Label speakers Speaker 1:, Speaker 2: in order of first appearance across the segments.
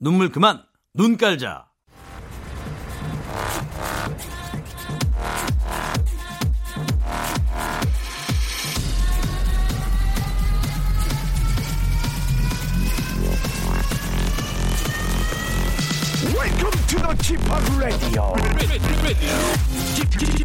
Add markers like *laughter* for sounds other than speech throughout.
Speaker 1: 눈물 그만 눈 깔자.
Speaker 2: Welcome to the g p o p Radio. g p g p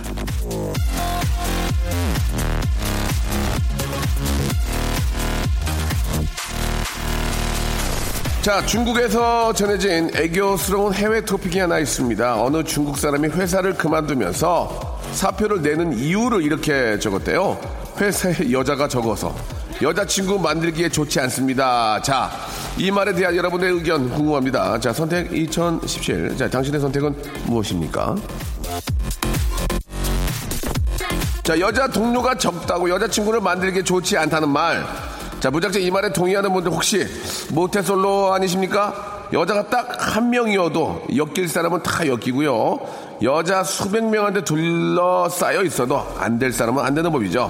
Speaker 2: 자, 중국에서 전해진 애교스러운 해외 토픽이 하나 있습니다. 어느 중국 사람이 회사를 그만두면서 사표를 내는 이유를 이렇게 적었대요. 회사에 여자가 적어서 여자친구 만들기에 좋지 않습니다. 자, 이 말에 대한 여러분의 의견 궁금합니다. 자, 선택 2017. 자, 당신의 선택은 무엇입니까? 자, 여자 동료가 적다고 여자친구를 만들기 좋지 않다는 말. 자, 무작정 이 말에 동의하는 분들 혹시 모태솔로 아니십니까? 여자가 딱 한 명이어도 엮일 사람은 다 엮이고요. 여자 수백 명한테 둘러싸여 있어도 안 될 사람은 안 되는 법이죠.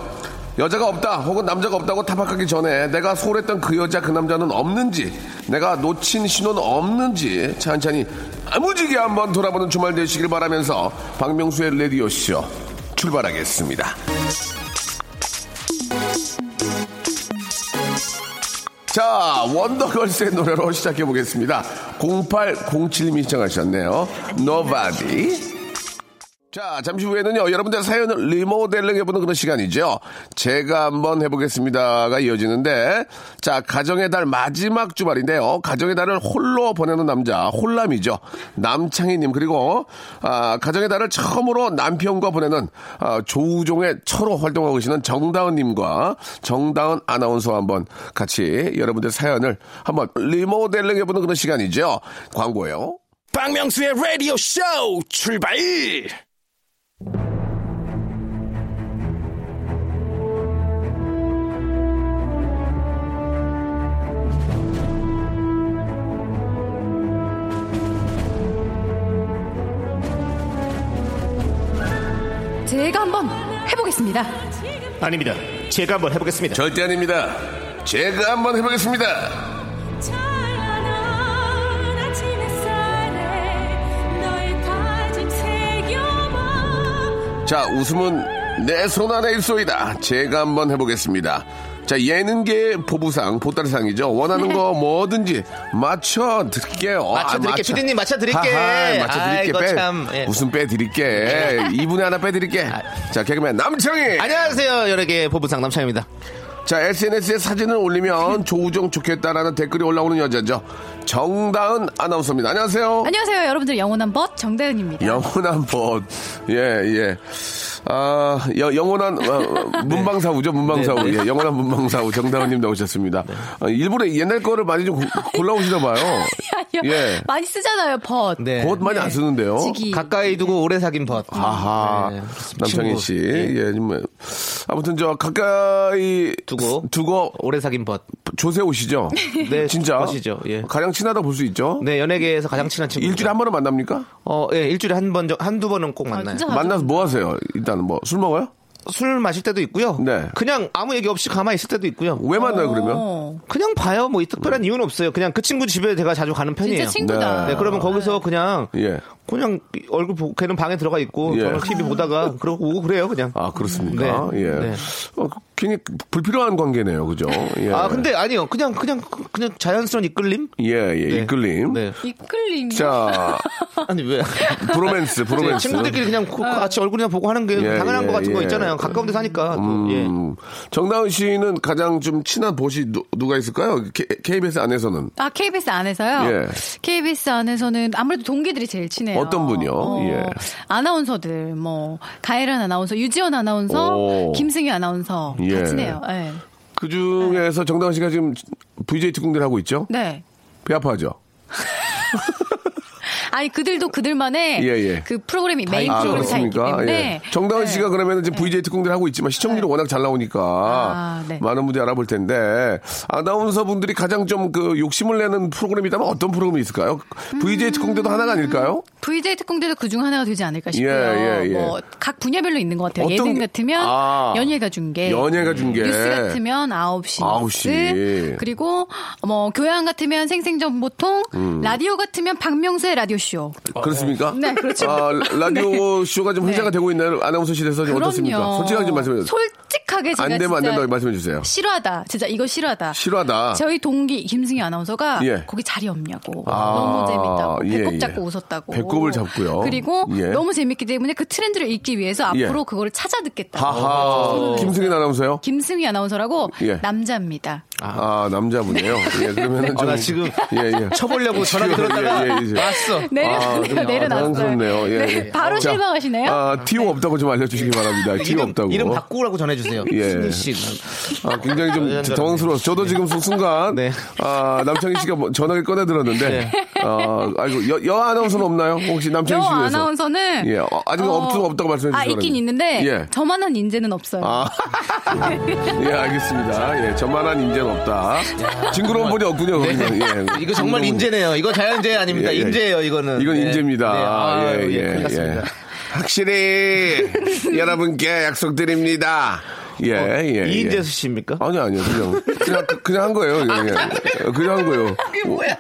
Speaker 2: 여자가 없다 혹은 남자가 없다고 타박하기 전에 내가 소홀했던 그 여자 그 남자는 없는지 내가 놓친 신호는 없는지 찬찬히 아무지게 한번 돌아보는 주말 되시길 바라면서 박명수의 레디오쇼 출발하겠습니다. 자, 원더걸스의 노래로 시작해 보겠습니다. 0807님이 시청하셨네요. Nobody. 자, 잠시 후에는요, 여러분들 사연을 리모델링 해보는 그런 시간이죠. 제가 한번 해보겠습니다가 이어지는데, 자, 가정의 달 마지막 주말인데요. 가정의 달을 홀로 보내는 남자, 홀남이죠. 남창희님, 그리고, 아, 가정의 달을 처음으로 남편과 보내는, 아, 조우종의 처로 활동하고 계시는 정다은님과 정다은 아나운서와 한번 같이 여러분들 사연을 한번 리모델링 해보는 그런 시간이죠. 광고예요.
Speaker 3: 박명수의 라디오 쇼 출발!
Speaker 4: 제가 한번 해보겠습니다.
Speaker 3: 아닙니다. 제가 한번 해보겠습니다.
Speaker 2: 절대 아닙니다. 제가 한번 해보겠습니다.
Speaker 5: 찬란한 아침 햇살에 너의 다짐 새겨봐
Speaker 2: 자, 웃음은 내 손 안에 있소이다. 제가 한번 해보겠습니다. 자, 예능계 보부상, 보따리상이죠. 원하는
Speaker 3: *laughs*
Speaker 2: 거 뭐든지 맞춰 드릴게요. 아,
Speaker 3: 맞춰드릴게. 피디님, 맞춰드릴게.
Speaker 2: 맞춰 드릴게.
Speaker 3: 아이고,
Speaker 2: 빼,
Speaker 3: 참. 예. 아.
Speaker 2: 웃음 빼 드릴게. 이분에 하나 빼 드릴게. 자, 개그맨 남창희.
Speaker 3: 안녕하세요. 여러 개의 보부상 남창입니다.
Speaker 2: 자, SNS에 사진을
Speaker 3: *laughs*
Speaker 2: 올리면 조우종 좋겠다라는 댓글이 올라오는 여자죠. 정다은 아나운서입니다. 안녕하세요.
Speaker 4: 안녕하세요, 여러분들 영원한 벗 정다은입니다. *laughs*
Speaker 2: 영원한 벗. 예, 예. 아, 여- 영원한 어,
Speaker 3: *laughs* 네.
Speaker 2: 어, 문방사우죠, 문방사우. 예, 영원한 문방사우 정다은님 나오셨습니다.
Speaker 3: 네.
Speaker 2: 어, 일부러 옛날 거를 많이 좀 고- 골라오시나
Speaker 3: *laughs*
Speaker 2: 봐요.
Speaker 4: 아니요,
Speaker 2: 예.
Speaker 4: 많이 쓰잖아요, 벗.
Speaker 3: 네.
Speaker 2: 벗 많이 안 쓰는데요.
Speaker 4: 지기.
Speaker 3: 가까이 두고 오래 사귄 벗.
Speaker 2: 뭐- 아하,
Speaker 3: 네.
Speaker 2: 남창희
Speaker 3: 친구.
Speaker 2: 씨. 예, 좀, 아무튼 저 가까이
Speaker 3: 두고.
Speaker 2: 두고
Speaker 3: 오래 사귄 벗.
Speaker 2: 조세호 씨죠.
Speaker 3: *laughs* 네,
Speaker 2: 진짜.
Speaker 3: 벗이죠. 예.
Speaker 2: 가장 친하다 볼 수 있죠.
Speaker 3: 네, 연예계에서 가장 친한 친구.
Speaker 2: 일주일에 한 번은 만납니까?
Speaker 3: 어, 예, 일주일에 한 번, 정- 한두 번은 꼭 만나요.
Speaker 4: 아, 진짜?
Speaker 2: 만나서 뭐 하세요? 일단 뭐 술 먹어요?
Speaker 3: 술 마실 때도 있고요.
Speaker 2: 네.
Speaker 3: 그냥 아무 얘기 없이 가만히 있을 때도 있고요.
Speaker 2: 왜 음. 만나요, 그러면?
Speaker 4: 어,
Speaker 3: 그냥 봐요. 뭐 이 특별한 이유는 없어요. 그냥 그 친구 집에 제가 자주 가는
Speaker 4: 진짜
Speaker 3: 편이에요.
Speaker 4: 친구다. 아.
Speaker 3: 네, 그러면 거기서 그냥
Speaker 2: 예.
Speaker 3: 그냥 얼굴 보고 걔는 방에 들어가 있고
Speaker 2: 예.
Speaker 3: 저는 TV
Speaker 2: *laughs*
Speaker 3: 보다가 그러고 오고 그래요 그냥.
Speaker 2: 아 그렇습니까?
Speaker 3: 네.
Speaker 2: 예.
Speaker 3: 네.
Speaker 2: 어, 괜히 불필요한 관계네요, 그죠? 예.
Speaker 3: 아 근데 아니요 그냥 그냥 그냥 자연스러운 이끌림.
Speaker 2: 예, 예,
Speaker 3: 네.
Speaker 2: 이끌림. *laughs*
Speaker 3: 네.
Speaker 4: 이끌림.
Speaker 2: 자,
Speaker 3: 아니 왜? *laughs*
Speaker 2: 브로맨스,
Speaker 3: 제
Speaker 2: 브로맨스.
Speaker 3: 친구들끼리 그냥 고- 같이 얼굴이나 보고 하는 게
Speaker 2: 예,
Speaker 3: 당연한
Speaker 2: 예,
Speaker 3: 것 같은 거
Speaker 2: 예.
Speaker 3: 있잖아요. 가까운 데 사니까. 또, 예.
Speaker 2: 음, 정다은 씨는 가장 좀 친한 보시 누, 누가 있을까요? K, KBS 안에서는
Speaker 4: 아, KBS 안에서요?
Speaker 2: 예.
Speaker 4: KBS 안에서는 아무래도 동기들이 제일 친해요.
Speaker 2: 어떤 분이요? 예.
Speaker 4: 아나운서들, 뭐, 가혜란 아나운서, 유지원 아나운서,
Speaker 2: 오.
Speaker 4: 김승희 아나운서.
Speaker 2: 예.
Speaker 4: 다 친해요. 예.
Speaker 2: 그 중에서 정다은 씨가 지금 VJ 특공대를 하고 있죠?
Speaker 4: 네.
Speaker 2: 배 아파하죠.
Speaker 4: 아니 그들도 그들만의
Speaker 2: 예, 예.
Speaker 4: 그 프로그램이 메인
Speaker 2: 아,
Speaker 4: 프로그램이 다 있기
Speaker 2: 그렇습니까?
Speaker 4: 때문에 네.
Speaker 2: 예. 정다은 씨가 그러면 지금 VJ 특공대를 하고 있지만 시청률이 워낙 잘 나오니까
Speaker 4: 아, 네.
Speaker 2: 많은 분들이 알아볼 텐데 아나운서 분들이 가장 좀 그 욕심을 내는 프로그램이 있다면 어떤 프로그램이 있을까요?
Speaker 4: 음.
Speaker 2: VJ 특공대도 하나가 아닐까요?
Speaker 4: VJ 특공대도 그 중 하나가 되지 않을까 싶고요.
Speaker 2: 예, 예.
Speaker 4: 뭐 각 분야별로 있는 것 같아요.
Speaker 2: 어떤
Speaker 4: 예능
Speaker 2: 게-
Speaker 4: 같으면
Speaker 2: 아.
Speaker 4: 연예가 중계,
Speaker 2: 연예가 중계.
Speaker 4: 네. 뉴스 같으면 9시,
Speaker 2: 9시.
Speaker 4: 뉴스, 그리고 뭐 교양 같으면 생생정보통,
Speaker 2: 음.
Speaker 4: 라디오 같으면 박명수의 라디오 쇼.
Speaker 2: 그렇습니까?
Speaker 4: 네, 그렇죠.
Speaker 2: 아, 라디오 쇼가 좀 회자가
Speaker 4: 네.
Speaker 2: 되고 있나요? 아나운서 실에서 좀 어떻습니까? 솔직하게 좀 말씀해 주세요.
Speaker 4: 솔직하게 제가
Speaker 2: 안 되면 안
Speaker 4: 진짜
Speaker 2: 된다고 말씀해 주세요.
Speaker 4: 싫어하다. 진짜 이거 싫어하다.
Speaker 2: 싫어하다.
Speaker 4: 저희 동기 김승희 아나운서가
Speaker 2: 아. 예.
Speaker 4: 거기 자리 없냐고
Speaker 2: 아,
Speaker 4: 너무 재밌다고
Speaker 2: 예,
Speaker 4: 배꼽
Speaker 2: 예.
Speaker 4: 잡고 웃었다고
Speaker 2: 배꼽을 잡고요.
Speaker 4: 그리고
Speaker 2: 예.
Speaker 4: 너무 재밌기 때문에 그 트렌드를 읽기 위해서
Speaker 2: 예.
Speaker 4: 앞으로 그거를 찾아 듣겠다고 어,
Speaker 2: 하하. 김승인 아나운서요?
Speaker 4: 김승희 아나운서라고
Speaker 2: 예.
Speaker 4: 남자입니다
Speaker 2: 아, 남자분이에요. 예, 그러면은
Speaker 3: 아,
Speaker 2: 좀.
Speaker 3: 나 지금
Speaker 2: *laughs* 예, 예.
Speaker 3: *laughs* 쳐보려고 전화기 들었다가
Speaker 2: 예, 예, 예.
Speaker 3: 왔어.
Speaker 4: *laughs* 내려놨어요
Speaker 2: 아,
Speaker 4: 내려놨어요
Speaker 2: 당황스럽네요. 예,
Speaker 4: 네,
Speaker 2: 예.
Speaker 4: 바로
Speaker 2: 자,
Speaker 4: 실망하시네요
Speaker 2: 아, 티오 없다고 좀 알려주시기 바랍니다. 티오
Speaker 3: 이름,
Speaker 2: 없다고.
Speaker 3: 이름 바꾸라고 전해주세요.
Speaker 2: 예.
Speaker 3: 승희 씨.
Speaker 2: 아, 굉장히
Speaker 3: *laughs*
Speaker 2: 좀 당황스러웠어. 저도 지금 수- 순간.
Speaker 3: 네.
Speaker 2: 아, 남창희 씨가 뭐 전화기 꺼내 들었는데. 아, 아이고, 여, 여 아나운서는 없나요? 혹시 남창희
Speaker 4: 여
Speaker 2: 씨 위해서.
Speaker 4: 아나운서는
Speaker 2: 예, 어, 아직은 없- 없다고 말씀해
Speaker 4: 아
Speaker 2: 주시더라고요.
Speaker 4: 있긴 있는데
Speaker 2: 예.
Speaker 4: 저만한 인재는 없어요
Speaker 2: 아. 예, 알겠습니다. 예, 저만한 인재는 없다. 징그러운 분이 없군요, 거기서. 예.
Speaker 3: 네. 이거 정말 인재네요. 이거 자연재해 아닙니다.
Speaker 2: 예, 예.
Speaker 3: 인재예요, 이거는.
Speaker 2: 이건
Speaker 3: 네.
Speaker 2: 인재입니다.
Speaker 3: 네. 아,
Speaker 2: 예, 예,
Speaker 3: 큰일
Speaker 2: 예.
Speaker 3: 났습니다. *laughs*
Speaker 2: 확실히 여러분께 약속드립니다. 예, 예. 예.
Speaker 3: 어, 이인재 씨입니까?
Speaker 2: 아니요, 아니요. 그냥, 그냥, 그냥 한 거예요. 그냥, 어, 그냥, 그냥 한 거예요.
Speaker 3: 이게 아, 뭐야? 네.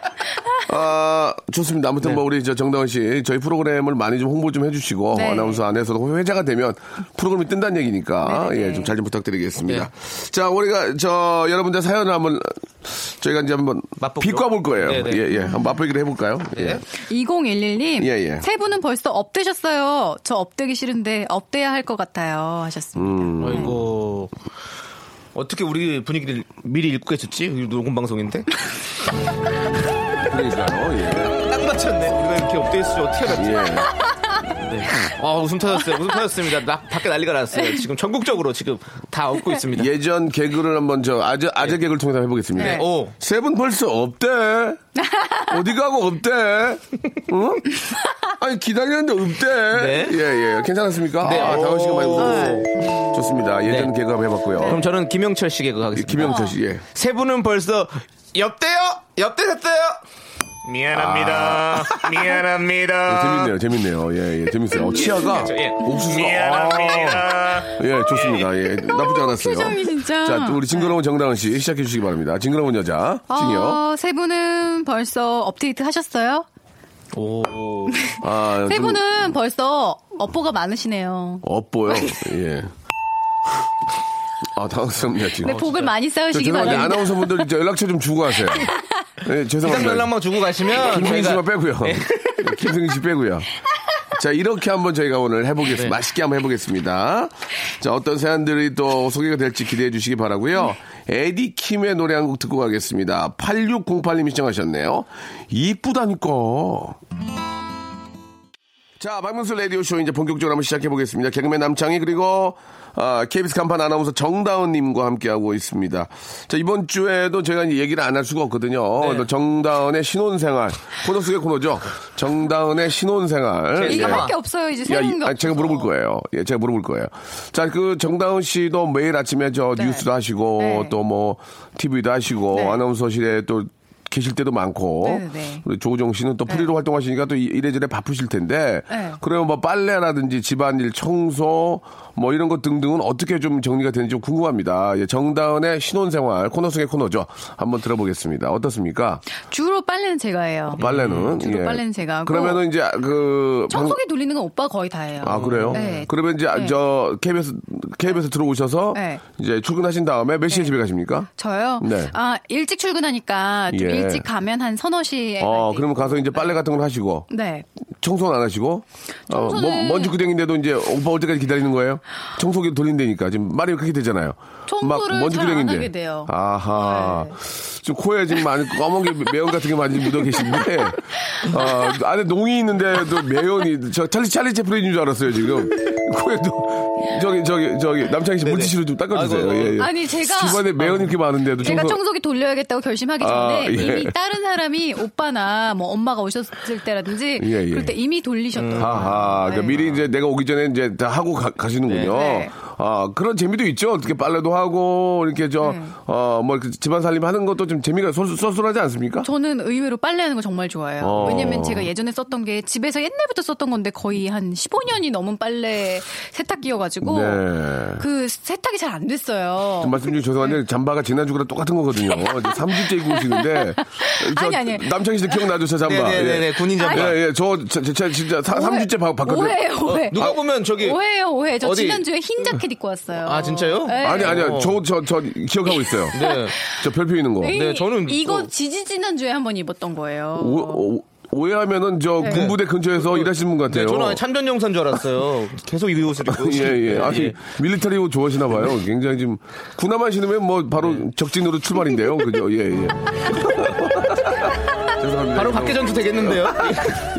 Speaker 2: 아, 좋습니다. 아무튼 뭐 우리 저 정다은 씨 저희 프로그램을 많이 좀 홍보 좀 해주시고
Speaker 4: 네.
Speaker 2: 아나운서 안에서도 회자가 되면 프로그램이 뜬다는 얘기니까
Speaker 4: 네, 네,
Speaker 2: 예,
Speaker 4: 네.
Speaker 2: 좀 잘 좀 부탁드리겠습니다.
Speaker 3: 네.
Speaker 2: 자, 우리가 저 여러분들 사연을 한번 저희가 이제 한번
Speaker 3: 맛보기로?
Speaker 2: 비과 볼 거예요.
Speaker 3: 네, 네.
Speaker 2: 예, 예. 한번 맛보기로 해볼까요? 예.
Speaker 4: 2011님
Speaker 2: 예, 예.
Speaker 4: 세 분은 벌써 업되셨어요. 저 업되기 싫은데 업돼야 할 것 같아요.
Speaker 2: 음,
Speaker 4: 하셨습니다.
Speaker 3: 아이고. 어떻게 우리 분위기를 미리 읽고 계셨지? 이거 녹음 방송인데?
Speaker 2: 그러니까요. 예.
Speaker 3: 딱 맞췄네. 우리가 이렇게 업데이트 어떻게 알았지?
Speaker 2: 예.
Speaker 3: 네. 아, 웃음 터졌어요. 웃음 터졌습니다. 나 밖에 난리가 났어요. 지금 전국적으로 지금 다 업고 있습니다.
Speaker 2: 예전 개그를 한번 저 아재
Speaker 3: 예.
Speaker 2: 아재 개그를 통해서 해보겠습니다. 어,
Speaker 4: 네.
Speaker 3: 오.
Speaker 2: 세 분 벌써 없대. 어디 가고 없대. 응? 아니 기다리는데 없대.
Speaker 3: 네.
Speaker 2: 예, 예. 괜찮았습니까?
Speaker 3: 네.
Speaker 2: 아, 다원 씨가 많이
Speaker 3: 오.
Speaker 2: 웃었어. 좋습니다. 예전
Speaker 3: 네.
Speaker 2: 개그 한번 해봤고요.
Speaker 3: 그럼 저는 김영철 씨 개그
Speaker 2: 이
Speaker 3: 하겠습니다.
Speaker 2: 김영철 씨, 예.
Speaker 3: 세 분은 벌써 옆대요. 옆대 됐어요. 아, 미안합니다. 미안합니다.
Speaker 2: 예, 재밌네요, 재밌네요. 예, 예, 재밌어요. 어, 치아가
Speaker 3: 예.
Speaker 2: 옥수수가. 아. 예, 좋습니다. 예, 나쁘지 않았어요.
Speaker 4: 표정이 진짜.
Speaker 2: 자, 또 우리 징그러운 정다은 씨 시작해 주시기 바랍니다. 징그러운 여자, 징여.
Speaker 4: 어, 세 분은 벌써 업데이트 하셨어요?
Speaker 3: 오.
Speaker 2: 아,
Speaker 4: 세
Speaker 2: 좀
Speaker 4: 분은 벌써 업보가 많으시네요.
Speaker 2: 업보요. 예. 아, 당황스럽네요, 지금.
Speaker 4: 네, 복을 많이
Speaker 2: 저
Speaker 4: 쌓으시기
Speaker 2: 죄송한데
Speaker 4: 바랍니다.
Speaker 2: 아나운서분들 저 연락처 좀 주고 하세요. 예,
Speaker 3: 이상
Speaker 2: 죄송합니다.
Speaker 3: 연락만 주고 가시면
Speaker 2: 김승희
Speaker 3: 저희가 네.
Speaker 2: 씨만 빼고요. 예, 김승희 씨 빼고요. 자 이렇게 한번 저희가 오늘 해보겠습니다.
Speaker 3: 네.
Speaker 2: 맛있게 한번 해보겠습니다. 자 어떤 사연들이 또 소개가 될지 기대해 주시기 바라고요. 에디 킴의 노래 한 곡 듣고 가겠습니다. 8608님이 시청하셨네요. 이쁘다니까. 자, 박명수 라디오쇼 이제 본격적으로 한번 시작해보겠습니다. 개그맨 남창희 그리고 아, KBS 간판 아나운서 정다은님과 함께하고 있습니다. 자, 이번 주에도 저희가 이제 얘기를 안 할 수가 없거든요. 또 정다은의 신혼생활. 코너 속의 코너죠. 정다은의 신혼생활.
Speaker 4: 이거
Speaker 2: 예.
Speaker 4: 할 게 없어요. 이제
Speaker 2: 야,
Speaker 4: 새로운
Speaker 2: 이-
Speaker 4: 게
Speaker 2: 아니,
Speaker 4: 없어요.
Speaker 2: 제가 물어볼 거예요. 예, 제가 물어볼 거예요. 자, 그 정다은 씨도 매일 아침에 저
Speaker 4: 네.
Speaker 2: 뉴스도 하시고
Speaker 4: 네.
Speaker 2: 또 뭐 TV도 하시고
Speaker 4: 네.
Speaker 2: 아나운서실에 또 계실 때도 많고
Speaker 4: 네, 네.
Speaker 2: 우리 조우정 씨는 또 프리로 활동하시니까 또 이- 이래저래 바쁘실 텐데
Speaker 4: 네.
Speaker 2: 그러면 뭐 빨래라든지 집안일 청소 뭐 이런 것 등등은 어떻게 좀 정리가 되는지 좀 궁금합니다. 예, 정다은의 신혼생활 코너 속의 코너죠. 한번 들어보겠습니다. 어떻습니까?
Speaker 4: 주로 빨래는 제가 해요.
Speaker 2: 음. 빨래는
Speaker 4: 네,
Speaker 2: 예.
Speaker 4: 주로 빨래는 제가 하고.
Speaker 2: 그러면은 이제 그 방-
Speaker 4: 청소기 돌리는 건 오빠 거의 다 해요.
Speaker 2: 아 그래요?
Speaker 4: 네.
Speaker 2: 그러면 이제
Speaker 4: 네.
Speaker 2: 저 KBS KBS 들어오셔서
Speaker 4: 네.
Speaker 2: 이제 출근하신 다음에 몇 시에 집에 가십니까?
Speaker 4: 저요?
Speaker 2: 네.
Speaker 4: 아, 일찍 출근하니까 좀
Speaker 2: 예.
Speaker 4: 일찍 가면 한 서너 시에.
Speaker 2: 어
Speaker 4: 갈 때.
Speaker 2: 그러면 가서 이제 빨래 같은 걸 하시고
Speaker 4: 네.
Speaker 2: 청소는 안 하시고 어,
Speaker 4: 청소는-
Speaker 2: 먼- 먼지 구덩인데도 이제 오빠 올 때까지 기다리는 거예요? 청소기 돌린다니까 지금 말이 그렇게 되잖아요.
Speaker 4: 청소를 잘안 하게 돼요.
Speaker 2: 아하.
Speaker 4: 네.
Speaker 2: 지금 코에 지금 많이 검은 게 매연 같은 게 많이 묻어 계신데 어, 안에 농이 있는데도 매연이 저 찰리 찰리 채플린인 줄 알았어요 지금 코에도 저기 저기 저기 남창희 씨
Speaker 3: 네네.
Speaker 2: 물티슈를 좀 닦아주세요.
Speaker 3: 아이고.
Speaker 2: 예, 예.
Speaker 4: 아니, 제가-
Speaker 2: 집안에 매연이 이렇게 많은데도
Speaker 4: 제가
Speaker 2: 청소-
Speaker 4: 청소기 돌려야겠다고 결심하기 전에
Speaker 2: 아, 예.
Speaker 4: 이미 다른 사람이 오빠나 뭐 엄마가 오셨을 때라든지
Speaker 2: 예, 예.
Speaker 4: 그럴 때 이미 돌리셨던 요
Speaker 2: 아하, 그러니까 미리 이제 내가 오기 전에 이제 다 하고 가, 시는군요
Speaker 4: 네. 네.
Speaker 2: 아, 그런 재미도 있죠. 어떻게 빨래도 하고, 이렇게 저,
Speaker 4: 네.
Speaker 2: 어, 뭐, 이렇게 집안 살림 하는 것도 좀 재미가 쏠- 쏠쏠하지 않습니까?
Speaker 4: 저는 의외로 빨래하는 거 정말 좋아해요.
Speaker 2: 어.
Speaker 4: 왜냐면 제가 예전에 썼던 게 집에서 옛날부터 썼던 건데 거의 한 15년이 넘은 빨래 세탁기여가지고
Speaker 2: 네.
Speaker 4: 그 네. 세탁이 잘 안 됐어요.
Speaker 2: 좀 말씀 중에 죄송한데 잠바가 지난주랑 똑같은 거거든요. 이제 3주째 입고 오시는데. 저
Speaker 4: *laughs* 아니, 아니.
Speaker 2: 남창희 씨도 기억나죠, 저 잠바.
Speaker 3: 네네네
Speaker 2: 예.
Speaker 3: 군인 잠바.
Speaker 2: 예, 예. 저, 저, 저, 저 진짜 사,
Speaker 4: 오해-
Speaker 2: 3주째 바, 어, 바꿨는데.
Speaker 4: 오해예요, 오해.
Speaker 3: 누가 보면 저기
Speaker 4: 오해요, 오해. 저
Speaker 3: 어디-
Speaker 4: 지난주에 흰 자켓 입고 왔어요.
Speaker 3: 아, 진짜요?
Speaker 4: 네.
Speaker 2: 아니, 아니요.
Speaker 3: 어.
Speaker 2: 저, 저, 저 기억하고 있어요.
Speaker 3: 네.
Speaker 2: 저 별표 있는 거.
Speaker 4: 이-
Speaker 3: 네, 저는
Speaker 4: 이거
Speaker 3: 또-
Speaker 4: 지지 지난주에 한 번 입었던 거예요.
Speaker 2: 오, 오, 오해하면은
Speaker 4: 네.
Speaker 2: 저 군부대 근처에서 일하시는 분 같아요.
Speaker 3: 네, 저는 아예 참전 용사인 줄 알았어요. 계속 이 옷을 입고.
Speaker 2: 예, 예. 아니,
Speaker 3: 예.
Speaker 2: 밀리터리 옷 좋아하시나 봐요. 굉장히 지금, 군함만 신으면 뭐, 바로 적진으로 출발인데요. 그죠? 예, 예. *laughs* 죄송합니다.
Speaker 3: 바로 밖에 전투 되겠는데요?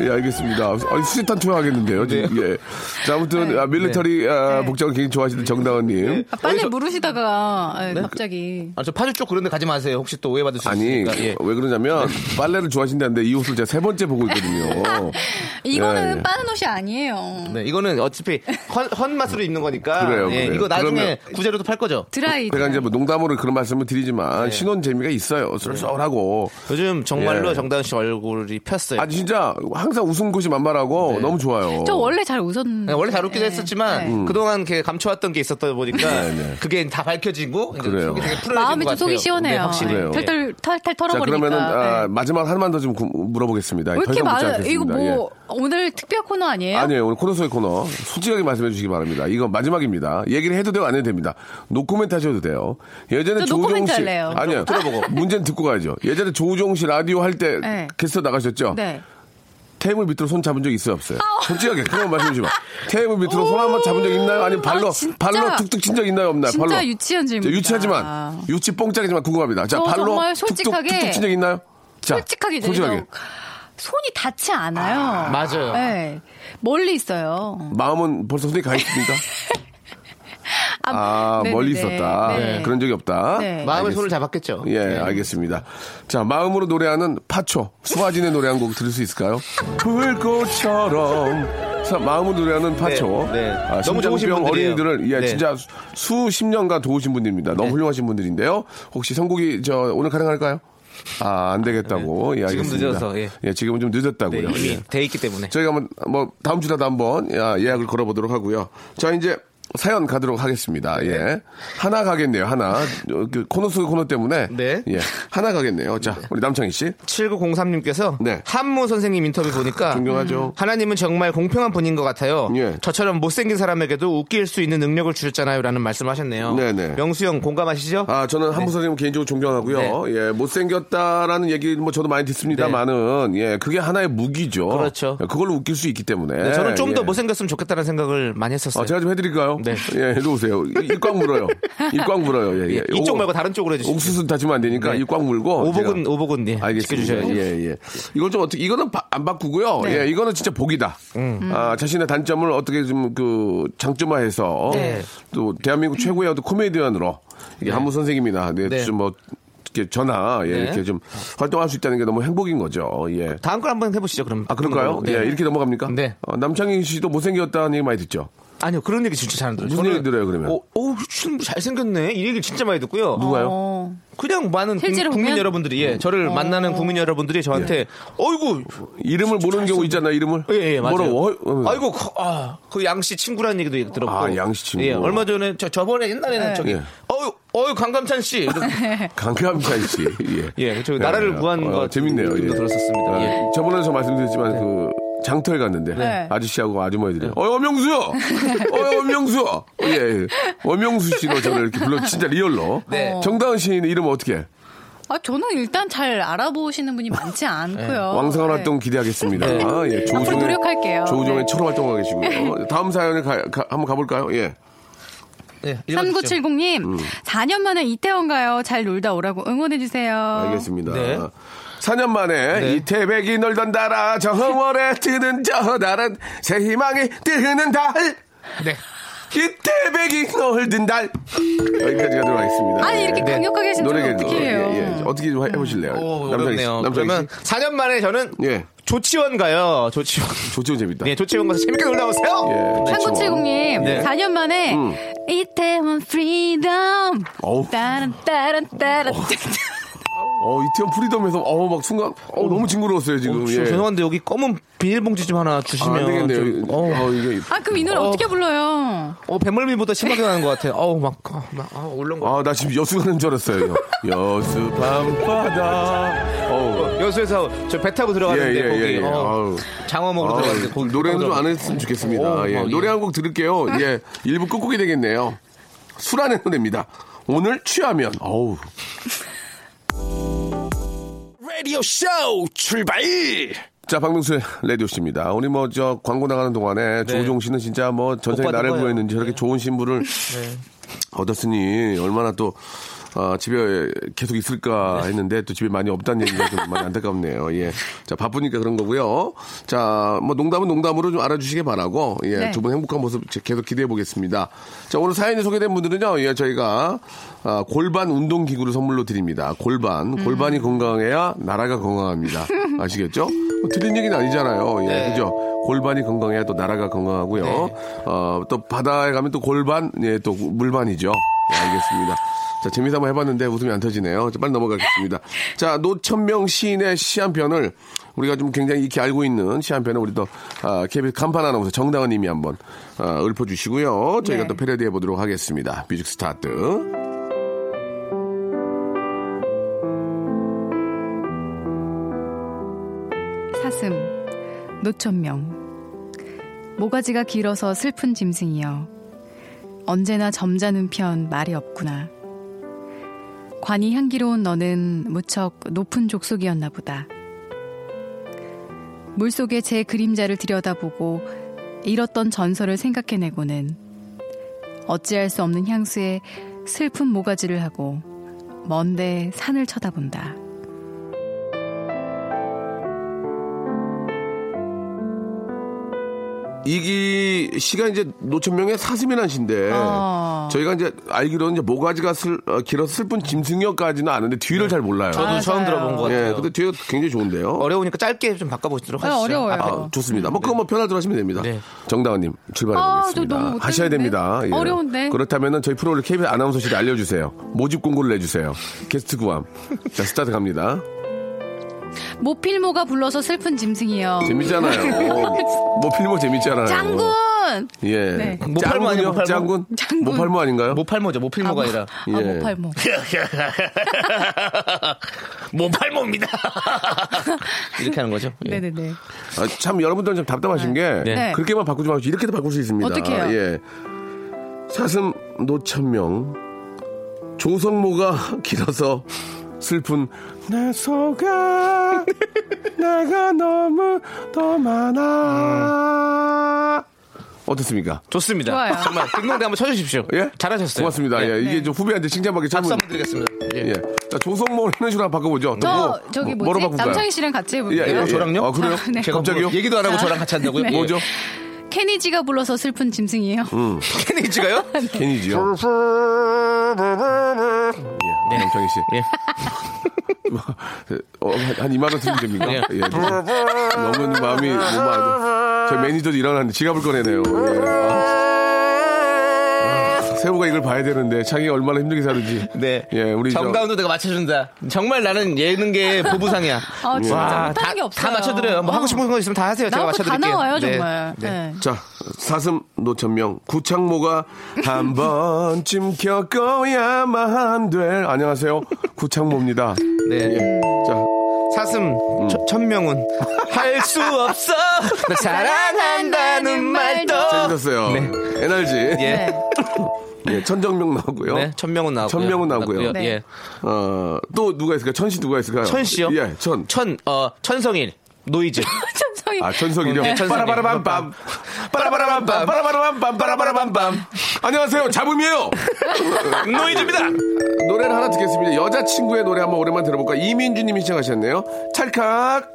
Speaker 2: 예, 알겠습니다. 아니, 수지탄 투하하겠는데요. 지금. 예. 자, 아무튼, 아, 밀리터리 아, 복장을 굉장히 좋아하시는 정다원님.
Speaker 4: 아, 빨래
Speaker 3: 어디서-
Speaker 4: 물으시다가
Speaker 2: 네?
Speaker 4: 아, 갑자기
Speaker 3: 아, 저 파주 쪽 그런 데 가지 마세요. 혹시 또 오해받을 수
Speaker 2: 아니,
Speaker 3: 있으니까. 예.
Speaker 2: 왜 그러냐면, 빨래를 좋아하신다는데 이 옷을 제가 세 번째 보고 *laughs* 있거든요.
Speaker 4: 이거는
Speaker 2: 예, 예.
Speaker 4: 빠는 옷이 아니에요.
Speaker 3: 네, 이거는 어차피 헌, 헌맛으로 입는 거니까.
Speaker 2: 그래요,
Speaker 3: 예,
Speaker 2: 그래요.
Speaker 3: 이거 나중에
Speaker 2: 그러면-
Speaker 3: 구제로도 팔 거죠.
Speaker 4: 드라이.
Speaker 2: 제가 이제 뭐 농담으로 그런 말씀을 드리지만, 신혼 재미가 있어요. 쏠쏠하고.
Speaker 3: 요즘 정말로
Speaker 2: 예.
Speaker 3: 정다은 씨 얼굴이 폈어요.
Speaker 2: 아 진짜 항상 웃음 곳이 만만하고 너무 좋아요.
Speaker 4: 저 원래 잘 웃었는데.
Speaker 3: 네, 음. 네, 원래 잘 웃기도 했었지만 그동안 이렇게 감춰왔던 게 있었다 보니까 그게 다 밝혀지고 이제
Speaker 2: 그래요.
Speaker 3: 속이 되게 풀어진
Speaker 4: 마음이
Speaker 3: 것
Speaker 4: 좀 속이
Speaker 3: 같아요.
Speaker 4: 시원해요.
Speaker 3: 네, 확실히.
Speaker 2: 그래요.
Speaker 4: 네, 털털 탈탈
Speaker 2: 자
Speaker 4: 털어버리니까.
Speaker 2: 그러면은 아,
Speaker 4: 네.
Speaker 2: 마지막 하나만 더 좀 구- 물어보겠습니다.
Speaker 4: 왜 이렇게
Speaker 2: 더 묻지
Speaker 4: 많아? 이거
Speaker 2: 않겠습니다.
Speaker 4: 뭐 예?
Speaker 2: 예.
Speaker 4: 오늘 특별 코너 아니에요?
Speaker 2: 아니에요 오늘 코너 속의 코너 솔직하게 말씀해 주시기 바랍니다. 이건 마지막입니다. 얘기를 해도 되고 안 해도 됩니다. 노코멘트 하셔도 돼요. 예전에
Speaker 4: 저
Speaker 2: 조우종
Speaker 4: 노코멘트
Speaker 2: 씨
Speaker 4: 할래요.
Speaker 2: 아니요 들어보고 문제는 듣고 가야죠. 예전에 조우종 씨 라디오 할 때
Speaker 4: 네.
Speaker 2: 게스트 나가셨죠.
Speaker 4: 네.
Speaker 2: 테이블 밑으로 손 잡은 적 있어요 없어요?
Speaker 4: 아.
Speaker 2: 솔직하게 그런 말씀해 주시면 테이블 밑으로 손 한 번 잡은 적 있나요? 아니면 발로
Speaker 4: 아, 진짜.
Speaker 2: 발로 툭툭 친 적 있나요 없나요?
Speaker 4: 진짜
Speaker 2: 발로.
Speaker 4: 유치한
Speaker 2: 자,
Speaker 4: 질문이다.
Speaker 2: 유치하지만 유치 뽕짝이지만 궁금합니다. 자
Speaker 4: 저
Speaker 2: 발로
Speaker 4: 정말
Speaker 2: 툭툭
Speaker 4: 솔직하게-
Speaker 2: 툭툭 친적 있나요? 자,
Speaker 4: 솔직하게
Speaker 2: 솔직하게
Speaker 4: 얘기해서 손이 닿지 않아요.
Speaker 3: 맞아요.
Speaker 4: 네. 멀리 있어요.
Speaker 2: 마음은 벌써 손이 가 있습니까? 아
Speaker 4: *laughs* 네네네.
Speaker 2: 멀리 있었다.
Speaker 4: 네.
Speaker 2: 그런 적이 없다.
Speaker 4: 네.
Speaker 3: 마음의 손을 잡았겠죠. 네,
Speaker 2: 예 알겠습니다. 자 마음으로 노래하는 파초 수화진의 노래 한 곡 들을 수 있을까요? 불꽃처럼 자, 마음으로 노래하는 파초.
Speaker 3: 네, 네.
Speaker 2: 아,
Speaker 3: 너무 좋으신
Speaker 2: 신종병
Speaker 3: 분들이에요.
Speaker 2: 어린이들을 예
Speaker 3: 네.
Speaker 2: 진짜 수십 년간 도우신 분들입니다. 너무 훌륭하신 분들인데요. 혹시 선곡이 저 오늘 가능할까요? 아 안 되겠다고 예,
Speaker 3: 지금
Speaker 2: 알겠습니다.
Speaker 3: 늦어서, 예.
Speaker 2: 지금은 좀
Speaker 3: 네,
Speaker 2: 늦었다고요.
Speaker 3: 이미
Speaker 2: 예.
Speaker 3: 돼 있기 때문에.
Speaker 2: 저희가 한번 뭐 다음 주라도 한번 야, 예약을 걸어보도록 하고요. 자 이제 사연 가도록 하겠습니다.
Speaker 3: 네.
Speaker 2: 예, 하나 가겠네요. 하나 어, 그 코너 속 코너 때문에
Speaker 3: 네.
Speaker 2: 예 하나 가겠네요. 자 우리 남창희 씨
Speaker 3: 7903님께서
Speaker 2: 네.
Speaker 3: 한무 선생님 인터뷰 보니까 음.
Speaker 2: 존경하죠.
Speaker 3: 하나님은 정말 공평한 분인 것 같아요.
Speaker 2: 예.
Speaker 3: 저처럼 못생긴 사람에게도 웃길 수 있는 능력을 주셨잖아요라는 말씀하셨네요.
Speaker 2: 네네.
Speaker 3: 명수 형 공감하시죠?
Speaker 2: 아 저는
Speaker 3: 네.
Speaker 2: 한무 선생님 개인적으로 존경하고요. 예 못생겼다라는 얘기 뭐 저도 많이 듣습니다만은 예 그게 하나의 무기죠.
Speaker 3: 네. 그렇죠.
Speaker 2: 예, 그걸로 웃길 수 있기 때문에
Speaker 3: 네, 저는 좀 더
Speaker 2: 예.
Speaker 3: 못생겼으면 좋겠다는 생각을 많이 했었어요.
Speaker 2: 아, 제가 좀 해드릴까요?
Speaker 3: 네.
Speaker 2: 예, 해놓으세요. 입꽉
Speaker 3: *laughs*
Speaker 2: 물어요. 입꽉 물어요. 예, 예.
Speaker 3: 예, 이쪽
Speaker 2: 오,
Speaker 3: 말고 다른 쪽으로 해주시죠.
Speaker 2: 옥수수 다치면 안 되니까
Speaker 3: 네.
Speaker 2: 입꽉 물고.
Speaker 3: 오복은
Speaker 2: 제가-
Speaker 3: 오복은 예,
Speaker 2: 알겠습니다.
Speaker 3: 지켜주셔야죠. 네.
Speaker 2: 예, 예. 이걸 좀 어떻게, 이거는 바- 안 바꾸고요. 예, 이거는 진짜 복이다.
Speaker 3: 음.
Speaker 2: 아, 자신의 단점을 어떻게 좀 그 장점화해서
Speaker 3: 네.
Speaker 2: 또 대한민국 최고의 어떤 코미디언으로 이게 한무 선생님이나 네,
Speaker 3: 네.
Speaker 2: 좀뭐 이렇게 전화 예,
Speaker 3: 네.
Speaker 2: 이렇게 좀 활동할 수 있다는 게 너무 행복인 거죠. 예.
Speaker 3: 다음 걸 한번 해보시죠. 그럼
Speaker 2: 아, 그럴까요?
Speaker 3: 네.
Speaker 2: 예, 이렇게 넘어갑니까?
Speaker 3: 네.
Speaker 2: 어, 남창희 씨도 못생겼다는 얘기 많이 듣죠.
Speaker 3: 아니요 그런 얘기 진짜 잘 안 들어요.
Speaker 2: 무슨
Speaker 3: 저는-
Speaker 2: 얘기 들어요, 그러면?
Speaker 3: 어, 어, 좀 잘생겼네. 이 얘기 진짜 많이 듣고요.
Speaker 2: 누가요? 음.
Speaker 4: 어.
Speaker 3: 그냥 많은 국-
Speaker 4: 실제로
Speaker 3: 국민
Speaker 4: 보면? 어.
Speaker 3: 여러분들이 예, 저를 만나는 국민 여러분들이 저한테
Speaker 2: 예.
Speaker 3: 어이구
Speaker 2: 이름을 모르는 경우 있잖아, 이름을.
Speaker 3: 예, 예, 맞아요.
Speaker 2: 뭐라고? 어, 어.
Speaker 3: 아이고, 그, 아, 그 양씨 친구라는 얘기도 얘기 들었고.
Speaker 2: 아, 양씨 친구.
Speaker 3: 예, 얼마 전에, 저, 저번에 옛날에는
Speaker 4: 네.
Speaker 3: 저기,
Speaker 2: 예.
Speaker 3: 어유, 어유,
Speaker 4: *laughs*
Speaker 3: 강감찬 씨. 이런-
Speaker 2: 강감찬 씨. 예.
Speaker 3: *laughs* 예, 저 나라를 구한 거.
Speaker 2: 재밌네요. 예.
Speaker 3: 도 들었었습니다. 예. 네.
Speaker 2: 아, 저번에도 말씀드렸지만 그 장터에 갔는데
Speaker 4: 네.
Speaker 2: 아저씨하고 아주머니들이 어 엄영수요,
Speaker 4: *laughs*
Speaker 2: 어 엄영수, 예, 예. 엄영수 씨로 저를 이렇게 불러 진짜 리얼로.
Speaker 3: 네.
Speaker 2: 정다은 씨는 이름 어떻게? 해?
Speaker 4: 아, 저는 일단 잘 알아보시는 분이 많지 않고요.
Speaker 2: 네. 왕성한
Speaker 4: 네.
Speaker 2: 활동 기대하겠습니다. 아, 예,
Speaker 4: 앞으로
Speaker 2: 조우종의
Speaker 4: 노력할게요. 네.
Speaker 2: 조우종의 초로 활동하고 계시고요. 다음 사연을 가, 가- 한번 가볼까요? 예.
Speaker 3: 예, 읽어주시죠.
Speaker 4: 3970님,
Speaker 2: 음.
Speaker 4: 4년 만에 이태원 가요. 잘 놀다 오라고 응원해주세요.
Speaker 2: 알겠습니다.
Speaker 3: 네.
Speaker 2: 4년 만에 이태백이 놀던 달아 저 흥월에 뜨는 저 달은 새 희망이 뜨는 달.
Speaker 3: 네.
Speaker 2: 기태백이 널 든달 여기까지 가도록 하겠습니다.
Speaker 4: 아니, 이렇게
Speaker 2: 예.
Speaker 4: 강력하게 하시면 저는
Speaker 2: 노래도,
Speaker 4: 어떻게 해요?
Speaker 2: 예, 예. 어떻게 좀 해- 해보실래요?
Speaker 3: 음. 오,
Speaker 2: 남창희 씨,
Speaker 3: 어렵네요.
Speaker 2: 남창희
Speaker 3: 그러면
Speaker 2: 씨.
Speaker 3: 4년 만에 저는
Speaker 2: 예
Speaker 3: 조치원 가요. 조치원.
Speaker 2: 조치원 재밌다.
Speaker 3: 네, 조치원 가서 재밌게 놀다 오세요.
Speaker 2: 예, 조치원.
Speaker 4: 3970님,
Speaker 3: 네.
Speaker 4: 4년 만에, 이태원 프리덤.
Speaker 2: 어우.
Speaker 4: 따란, 따란, 따란.
Speaker 2: 어 이태원 프리덤에서 어막 순간 어 너무 징그러웠어요 지금.
Speaker 3: 어,
Speaker 2: 예.
Speaker 3: 죄송한데 여기 검은 비닐봉지 좀 하나
Speaker 2: 아,
Speaker 3: 주시면
Speaker 2: 안 되겠네요.
Speaker 3: 좀- 어,
Speaker 2: 어 이게
Speaker 4: 아, 그럼 이 노래 어. 떻게 불러요?
Speaker 3: 어, 배멀미보다 심하게 나는 것 같아요. 어우 막, 어, 막 어, 울렁 거.
Speaker 2: 아 나 지금 여수 가는 줄 알았어요. 이거. 여수 밤바다. 어우.
Speaker 3: 여수에서 저 배 타고 들어가는데
Speaker 2: 예, 예,
Speaker 3: 거기
Speaker 2: 예, 예.
Speaker 3: 어,
Speaker 2: 아우.
Speaker 3: 장어 먹으러
Speaker 2: 아,
Speaker 3: 들어가는데 거기
Speaker 2: 노래는 좀 안
Speaker 3: 들어가-
Speaker 2: 했으면 좋겠습니다.
Speaker 3: 오,
Speaker 2: 예,
Speaker 3: 막,
Speaker 2: 노래 한 곡 들을게요.
Speaker 3: *laughs*
Speaker 2: 예, 일부 끝곡이 되겠네요. 수라는 노래입니다. 오늘 취하면 어우
Speaker 3: 라디오 쇼 출발.
Speaker 2: 자, 박명수의 라디오씨입니다. 우리 뭐 저 광고 나가는 동안에 조우종 씨는 진짜 뭐 전생에
Speaker 3: 복 받은
Speaker 2: 나를
Speaker 3: 거예요.
Speaker 2: 구했는지 저렇게 좋은 신부를 얻었으니 얼마나 또 아, 집에 계속 있을까 했는데 또 집에 많이 없다는 얘기가 좀 많이 안타깝네요. 예. 자, 바쁘니까 그런 거고요. 자, 뭐 농담은 농담으로 좀 알아주시기 바라고 예,
Speaker 4: 네.
Speaker 2: 두 분 행복한 모습 제- 계속 기대해 보겠습니다. 자, 오늘 사연이 소개된 분들은요. 예, 저희가 아, 골반 운동 기구를 선물로 드립니다. 골반. 골반이 건강해야 나라가 건강합니다. 아시겠죠? 뭐 틀린 얘기는 아니잖아요. 예, 그죠? 골반이 건강해야 또 나라가 건강하고요. 어, 또 바다에 가면 또 골반, 예, 또 물반이죠. 예, 알겠습니다. 자, 재미삼아 한번 해봤는데 웃음이 안 터지네요. 자, 빨리 넘어가겠습니다. 자, 노천명 시인의 시 한 편을 우리가 좀 굉장히 익히 알고 있는 시 한 편을 우리 또 아, KBS 간판 아나운서 정다은 님이 한번 아, 읊어주시고요. 저희가
Speaker 4: 네.
Speaker 2: 또 패러디해 보도록 하겠습니다. 뮤직 스타트.
Speaker 4: 사슴, 노천명. 모가지가 길어서 슬픈 짐승이여. 언제나 점잖은 편 말이 없구나. 관이 향기로운 너는 무척 높은 족속이었나 보다. 물속에 제 그림자를 들여다보고 잃었던 전설을 생각해내고는 어찌할 수 없는 향수에 슬픈 모가지를 하고 먼데 산을 쳐다본다.
Speaker 2: 이기 시가 이제 노천명의 사슴이라는 시인데
Speaker 4: 어.
Speaker 2: 저희가 이제 알기로는 이제 모가지가 슬, 어, 길어서 슬픈 짐승이었까지는 아는데 뒤를 잘 몰라요.
Speaker 3: 네. 저도
Speaker 4: 맞아요.
Speaker 3: 처음 들어본 것 같아요.
Speaker 2: 예, 근데 뒤가 굉장히 좋은데요.
Speaker 3: 어려우니까 짧게 좀 바꿔보시도록
Speaker 4: 아,
Speaker 3: 하시죠.
Speaker 4: 어려워요.
Speaker 3: 아,
Speaker 2: 아, 좋습니다. 뭐 그거 뭐 편하도록 하시면 됩니다.
Speaker 3: 네.
Speaker 2: 정다은님 출발해
Speaker 4: 아,
Speaker 2: 보겠습니다.
Speaker 4: 저 너무 못
Speaker 2: 하셔야
Speaker 4: 되는데?
Speaker 2: 됩니다. 예.
Speaker 4: 어려운데?
Speaker 2: 그렇다면은 저희 프로를 KBS 아나운서실에 알려주세요. 모집 공고를 내주세요. 게스트 구함. 자 스타트 갑니다.
Speaker 4: 모필모가 불러서 슬픈 짐승이여. *laughs*
Speaker 2: 재밌잖아요. 뭐 모필모 재밌잖아요.
Speaker 4: 장군!
Speaker 2: 예.
Speaker 4: 네.
Speaker 2: 짱군요?
Speaker 3: 모팔모 아니에요, 모팔모?
Speaker 2: 장군?
Speaker 4: 장군.
Speaker 2: 모팔모 아닌가요?
Speaker 3: 모팔모죠. 모필모가
Speaker 4: 아,
Speaker 3: 아니라
Speaker 4: 아,
Speaker 2: 예.
Speaker 4: 모팔모.
Speaker 3: *laughs* 모팔모입니다. 이렇게 하는 거죠. 예.
Speaker 4: 네네네.
Speaker 2: 아, 참 여러분들은 좀 답답하신 게
Speaker 4: 네.
Speaker 2: 그렇게만 바꾸지 말고 이렇게도 바꿀 수 있습니다.
Speaker 4: 어떻게 해요?
Speaker 2: 예. 사슴 노천명 조성모가 *laughs* 길어서 슬픈 내 소가 내가 너무 더 많아 어떻습니까?
Speaker 3: 좋습니다.
Speaker 4: 좋아요.
Speaker 3: 정말 등동대 한번 쳐주십시오.
Speaker 2: 예?
Speaker 3: 잘하셨어요.
Speaker 2: 고맙습니다.
Speaker 3: 예.
Speaker 2: 예, 이게 좀 후배한테 칭찬받기 참
Speaker 3: 박수 한번 드리겠습니다. 예.
Speaker 2: 예. 자, 조성모 이런 식으로 한번 바꿔보죠.
Speaker 4: 저,
Speaker 2: 뭐,
Speaker 4: 저기
Speaker 2: 뭐, 뭐로
Speaker 4: 뭐지?
Speaker 2: 바꿀까요?
Speaker 4: 남창희 씨랑 같이 해볼게요.
Speaker 2: 예, 예, 예.
Speaker 3: 어, 저랑요?
Speaker 2: 아, 그래요?
Speaker 4: 네.
Speaker 3: 제가
Speaker 2: 갑자기요?
Speaker 3: 뭐 얘기도 안 하고 저랑 같이 한다고요?
Speaker 4: 네.
Speaker 2: 뭐죠? 예.
Speaker 4: 케니지가 불러서 슬픈 짐승이에요.
Speaker 2: 음.
Speaker 3: *laughs* 케네이지가요?
Speaker 2: 괜히지요.
Speaker 3: 네.
Speaker 2: 예, 남창희 씨.
Speaker 3: 예.
Speaker 2: 어, 한, 한 2만 원 쓰면 됩니까?
Speaker 3: 예.
Speaker 2: 예. 너무 마음이 너무 안. 저 매니저도 일어나는데 지갑을 꺼내네요. 예. 아. 아, 세호가 이걸 봐야 되는데 자기 가 얼마나 힘들게 사는지.
Speaker 3: 네.
Speaker 2: 예, 우리 저-
Speaker 3: 정다운도 내가 맞춰준다. 정말 나는 예능계 보부상이야.
Speaker 4: 아, 진짜 못하는
Speaker 3: 다,
Speaker 4: 게 없어요.
Speaker 3: 다 맞춰드려요. 뭐
Speaker 4: 어.
Speaker 3: 하고 싶은 거 있으면 다 하세요. 제가
Speaker 4: 나올 거다
Speaker 3: 맞춰드릴게요.
Speaker 4: 나와요,
Speaker 3: 네.
Speaker 4: 정말. 네. *laughs*
Speaker 2: 자, 사슴 노천명 구창모가 한 번쯤 겪어야만 될. 안녕하세요, 구창모입니다.
Speaker 3: 네.
Speaker 2: 예. 자,
Speaker 3: 사슴 천- *laughs* 천명훈 할 수 없어 음. 나 사랑한다는 말도
Speaker 2: 재밌었어요. 에너지.
Speaker 3: 네. 예.
Speaker 4: 네.
Speaker 2: 예, 천정명 나오고요.
Speaker 3: 네, 천명훈 나오고
Speaker 2: 천명훈 나오고요.
Speaker 4: 네.
Speaker 3: 예.
Speaker 2: 어, 또 누가 있을까요? 천씨 누가 있을까요?
Speaker 3: 천 씨요?
Speaker 2: 예, 천.
Speaker 3: 천, 어, 천성일 노이즈
Speaker 4: 천성이.
Speaker 2: 아, 천석이요?
Speaker 3: 네, 천석이.
Speaker 2: 빠라바라밤밤. 빠라바라밤밤. 빠라바라밤밤. 빠라바라밤밤. 안녕하세요. 잡음이에요.
Speaker 3: *laughs* 노이즈입니다
Speaker 2: 노래를 하나 듣겠습니다. 여자친구의 노래 한번 오랜만에 들어볼까? 이민주님이 시청하셨네요. 찰칵.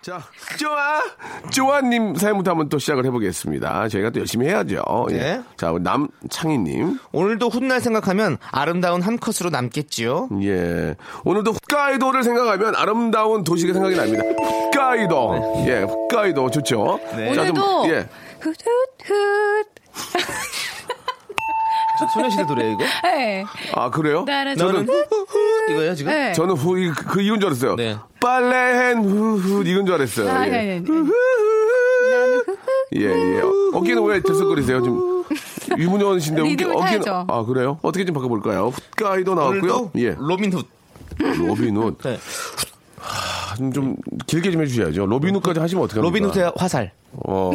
Speaker 2: 자, 좋아. 좋아님 사연부터 한번 또 시작을 해보겠습니다. 저희가 또 열심히 해야죠. 예.
Speaker 3: 네.
Speaker 2: 자, 남창희님.
Speaker 3: 오늘도 훗날 생각하면 아름다운 한 컷으로 남겠지요.
Speaker 2: 예. 오늘도 홋카이도를 생각하면 아름다운 도시가 생각이 납니다. 홋카이도.
Speaker 3: 네.
Speaker 2: 예, 홋카이도 좋죠. 자, 좀,
Speaker 4: 오늘도
Speaker 2: 예.
Speaker 4: 훗훗훗
Speaker 3: 저 소녀시대 노래 이거?
Speaker 4: 네.
Speaker 2: 아, 그래요?
Speaker 4: 나라
Speaker 3: 너는
Speaker 4: 좀-
Speaker 3: 이거예요 지금?
Speaker 4: 네.
Speaker 2: 저는 후, 이- 그 이건 줄 알았어요.
Speaker 3: 네.
Speaker 2: 빨래한 후후 이건 줄 알았어요.
Speaker 4: 아,
Speaker 2: 예.
Speaker 4: 아니, 아니, 아니.
Speaker 2: 예, 예. 어, 어깨는 왜 들썩거리세요? 지금 유문현 씨인데 어깨,
Speaker 4: 리듬을
Speaker 2: 어깨는
Speaker 4: 타야죠.
Speaker 2: 아 그래요? 어떻게 좀 바꿔볼까요? 훗가이도 나왔고요.
Speaker 3: 오늘도
Speaker 2: 예,
Speaker 3: 로빈훗.
Speaker 2: 로빈훗
Speaker 3: 네.
Speaker 2: 좀, 좀 길게 좀 해주셔야죠. 로빈훗까지 하시면 어떡합니까?
Speaker 3: 로빈훗의 화살. *laughs*
Speaker 2: 어.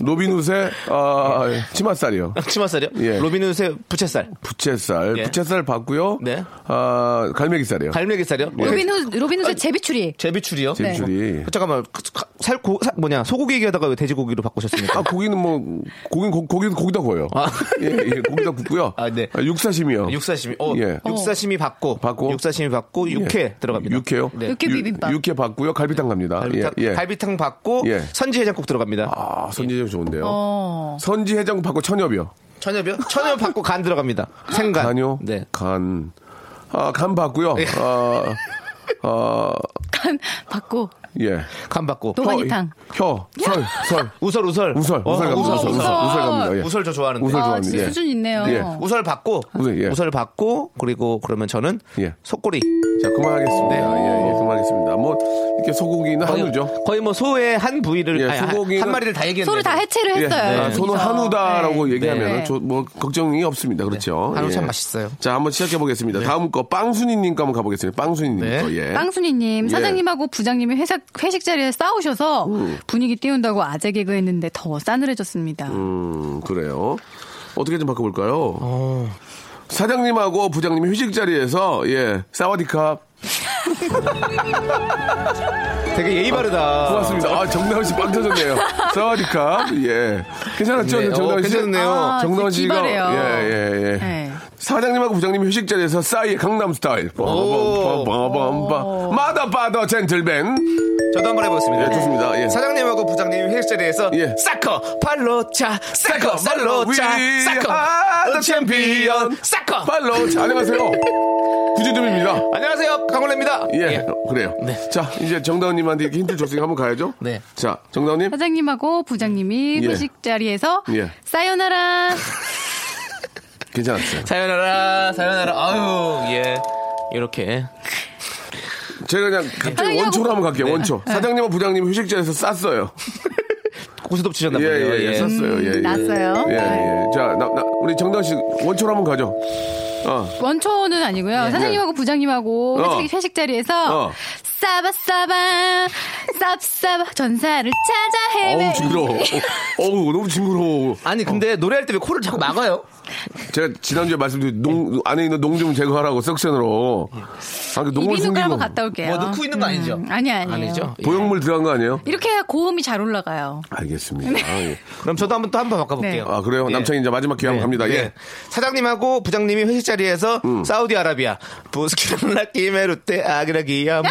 Speaker 2: 로빈훗의 아, 치맛살이요.
Speaker 3: 치마살이요?
Speaker 2: 예.
Speaker 3: 로빈훗의 부채살.
Speaker 2: 부채살,
Speaker 3: 예.
Speaker 2: 부채살 봤고요.
Speaker 3: 네.
Speaker 2: 아 갈매기살이요.
Speaker 3: 갈매기살이요?
Speaker 2: 예.
Speaker 3: 예.
Speaker 4: 로빈후
Speaker 2: 아.
Speaker 4: 로빈후의 제비추리.
Speaker 3: 제비추리요?
Speaker 2: 제비추리.
Speaker 3: 어, 잠깐만 그, 가- 살 고, 사, 뭐냐 소고기 얘기하다가 왜 돼지고기로 바꾸셨습니까?
Speaker 2: 아 고기는 뭐 고기 고기 고기다 구워요.
Speaker 3: 아.
Speaker 2: 예, 예, 고기다 굽고요.
Speaker 3: 아, 네.
Speaker 2: 육사심이요.
Speaker 3: 육사시미. 어,
Speaker 2: 예.
Speaker 3: 육사시미 받고,
Speaker 2: 받고.
Speaker 3: 육사시미 받고 육회
Speaker 2: 예.
Speaker 3: 들어갑니다.
Speaker 2: 육회요?
Speaker 3: 네.
Speaker 4: 육회 비빔밥.
Speaker 2: 육, 회 받고요. 갈비탕 갑니다.
Speaker 3: 아, 갈비탕,
Speaker 2: 예, 예.
Speaker 3: 갈비탕 받고
Speaker 2: 예.
Speaker 3: 선지 해장국 들어갑니다.
Speaker 2: 아, 선지해장 좋은데요.
Speaker 4: 어.
Speaker 2: 선지 해장국 받고 천엽이요.
Speaker 3: 천엽이요? 천엽 받고 간 들어갑니다. 생간.
Speaker 2: 간요?
Speaker 3: 네.
Speaker 2: 간. 아, 간 받고요. 아, 아,
Speaker 4: 받고
Speaker 2: 예.
Speaker 3: 간 받고.
Speaker 4: 도가니탕.
Speaker 2: 혀, 설, 설.
Speaker 3: 우설 우설.
Speaker 2: 우설,
Speaker 3: 어,
Speaker 2: 우설 갑니다. 우설, 우설,
Speaker 4: 우설.
Speaker 2: 우설 갑니다. 예.
Speaker 3: 우설 저 좋아하는데.
Speaker 2: 우설
Speaker 3: 우설,
Speaker 4: 아,
Speaker 2: 좋아합니다.
Speaker 4: 진짜
Speaker 2: 예.
Speaker 4: 수준 있네요.
Speaker 2: 예.
Speaker 3: 받고.
Speaker 2: 우설, 예.
Speaker 3: 우설 받고 그리고 그러면 저는
Speaker 2: 예.
Speaker 3: 속꼬리.
Speaker 2: 자,
Speaker 3: 네.
Speaker 2: 그만하겠습니다. 예, 예, 그만하겠습니다. 뭐, 이렇게 소고기는 한우죠.
Speaker 3: 거의 뭐 소의 한 부위를
Speaker 2: 아, 예,
Speaker 3: 아니, 한-
Speaker 2: 소고기는-
Speaker 3: 한 마리를 다 얘기했는데.
Speaker 4: 소를 다 해체를
Speaker 2: 예.
Speaker 4: 했어요.
Speaker 2: 아, 손은
Speaker 4: 여기서.
Speaker 2: 한우다라고
Speaker 4: 네.
Speaker 2: 얘기하면
Speaker 4: 네.
Speaker 2: 은 저, 뭐 걱정이 없습니다. 그렇죠.
Speaker 3: 네. 한우 참
Speaker 2: 예.
Speaker 3: 맛있어요.
Speaker 2: 자, 한번 시작해 보겠습니다. 다음 거 빵순이님 거 한번 가보겠습니다. 빵순이님
Speaker 3: 네.
Speaker 2: 거. 예.
Speaker 4: 빵순이님
Speaker 2: 예.
Speaker 4: 사장님하고 부장님이 회사 회식 자리에 싸우셔서 분위기 띄운다고 아재 개그했는데 더 싸늘해졌습니다.
Speaker 2: 음, 그래요. 어떻게 좀 바꿔볼까요?
Speaker 3: 어.
Speaker 2: 사장님하고 부장님이 휴식 자리에서 예 사와디캅
Speaker 3: 되게 예의 바르다.
Speaker 2: 고맙습니다. 아 정다은 씨빵 *laughs* 터졌네요. 사와디캅 예 괜찮았죠?
Speaker 3: 네,
Speaker 2: 정다은
Speaker 3: 어,
Speaker 2: 씨
Speaker 3: 괜찮네요.
Speaker 4: 아,
Speaker 2: 정다은
Speaker 4: 진짜
Speaker 2: 씨가
Speaker 4: 기발해요.
Speaker 2: 예예 예,
Speaker 4: 네.
Speaker 2: 사장님하고 부장님이 휴식 자리에서 싸이의 강남 스타일 빰빰빰빰빰빰 마다 빠더 젠틀맨
Speaker 3: 저도 한번 해보겠습니다.
Speaker 2: 예
Speaker 4: 네.
Speaker 2: 좋습니다. 예.
Speaker 3: 사장님하고 부장님이 회식자리에서
Speaker 2: 예.
Speaker 3: 사커 팔로차 사커
Speaker 2: We
Speaker 3: 살로차
Speaker 2: are the
Speaker 3: 사커
Speaker 2: champion.
Speaker 3: 사커
Speaker 2: 팔로 자, 안녕하세요. 구지점입니다.
Speaker 3: 안녕하세요 강원래입니다.
Speaker 2: 예, 어, 그래요.
Speaker 3: 네.
Speaker 2: 자, 이제 정다운님한테 이렇게 힌트 줬으니까 한번 가야죠.
Speaker 3: 네.
Speaker 2: 자, 정다운님.
Speaker 4: 사장님하고 부장님이
Speaker 2: 예.
Speaker 4: 회식 자리에서
Speaker 2: 예. *laughs*
Speaker 4: 싸요나라
Speaker 2: 괜찮았어요.
Speaker 3: 사연하라 사연하라 아유 예 이렇게
Speaker 2: 제가 그냥 갑자기
Speaker 4: 아니, 뭐 네.
Speaker 2: 원초로
Speaker 4: 하고-
Speaker 2: 한번 갈게요, 원초. 사장님과 부장님 휴식자에서 쌌어요.
Speaker 3: 고스톱 치셨나
Speaker 2: 예,
Speaker 3: 보네요.
Speaker 2: 예, 예,
Speaker 3: 예.
Speaker 2: 쌌어요. 예, 예.
Speaker 4: 났어요. 네.
Speaker 2: 예, 예. 자, 나, 나, 우리 정다운 씨 원초로 한번 가죠. 어.
Speaker 4: 원초는 아니고요. 사장님하고 부장님하고
Speaker 2: 예. 어.
Speaker 4: 회식, 회식 자리에서
Speaker 2: 어.
Speaker 4: 싸바 싸바 쌉쌉 전사를 찾아 헤매.
Speaker 2: 어우,
Speaker 4: *laughs*
Speaker 2: 징그러워. 어우, 너무 징그러워.
Speaker 3: 아니
Speaker 2: 어.
Speaker 3: 근데 노래할 때 왜 코를 자꾸 막아요?
Speaker 2: 제가 지난주에 말씀드린 농, 안에 있는 농 좀 제거하라고 sek션으로. 아, 그 농을
Speaker 4: 이비인후과
Speaker 2: 숨기고.
Speaker 4: 한번 갔다 올게요. 음.
Speaker 3: 뭐 넣고 있는 거 아니죠?
Speaker 4: 아니 아니에요. 네.
Speaker 3: 아니죠. 예.
Speaker 2: 보형물 들어간 거 아니에요?
Speaker 4: 이렇게 해야 고음이 잘 올라가요.
Speaker 2: 알겠습니다. 아, 예.
Speaker 3: 그럼 저도 한번 또 한번 바꿔볼게요.
Speaker 4: 네.
Speaker 2: 아, 그래요?
Speaker 3: 예.
Speaker 2: 남창이 이제 마지막 기회 한번 갑니다.
Speaker 3: 네.
Speaker 2: 예. 음.
Speaker 3: 사장님하고 부장님이 회식 자리에서 사우디아라비아 부스키란라 키메루테
Speaker 2: *laughs*
Speaker 3: 아그라기야무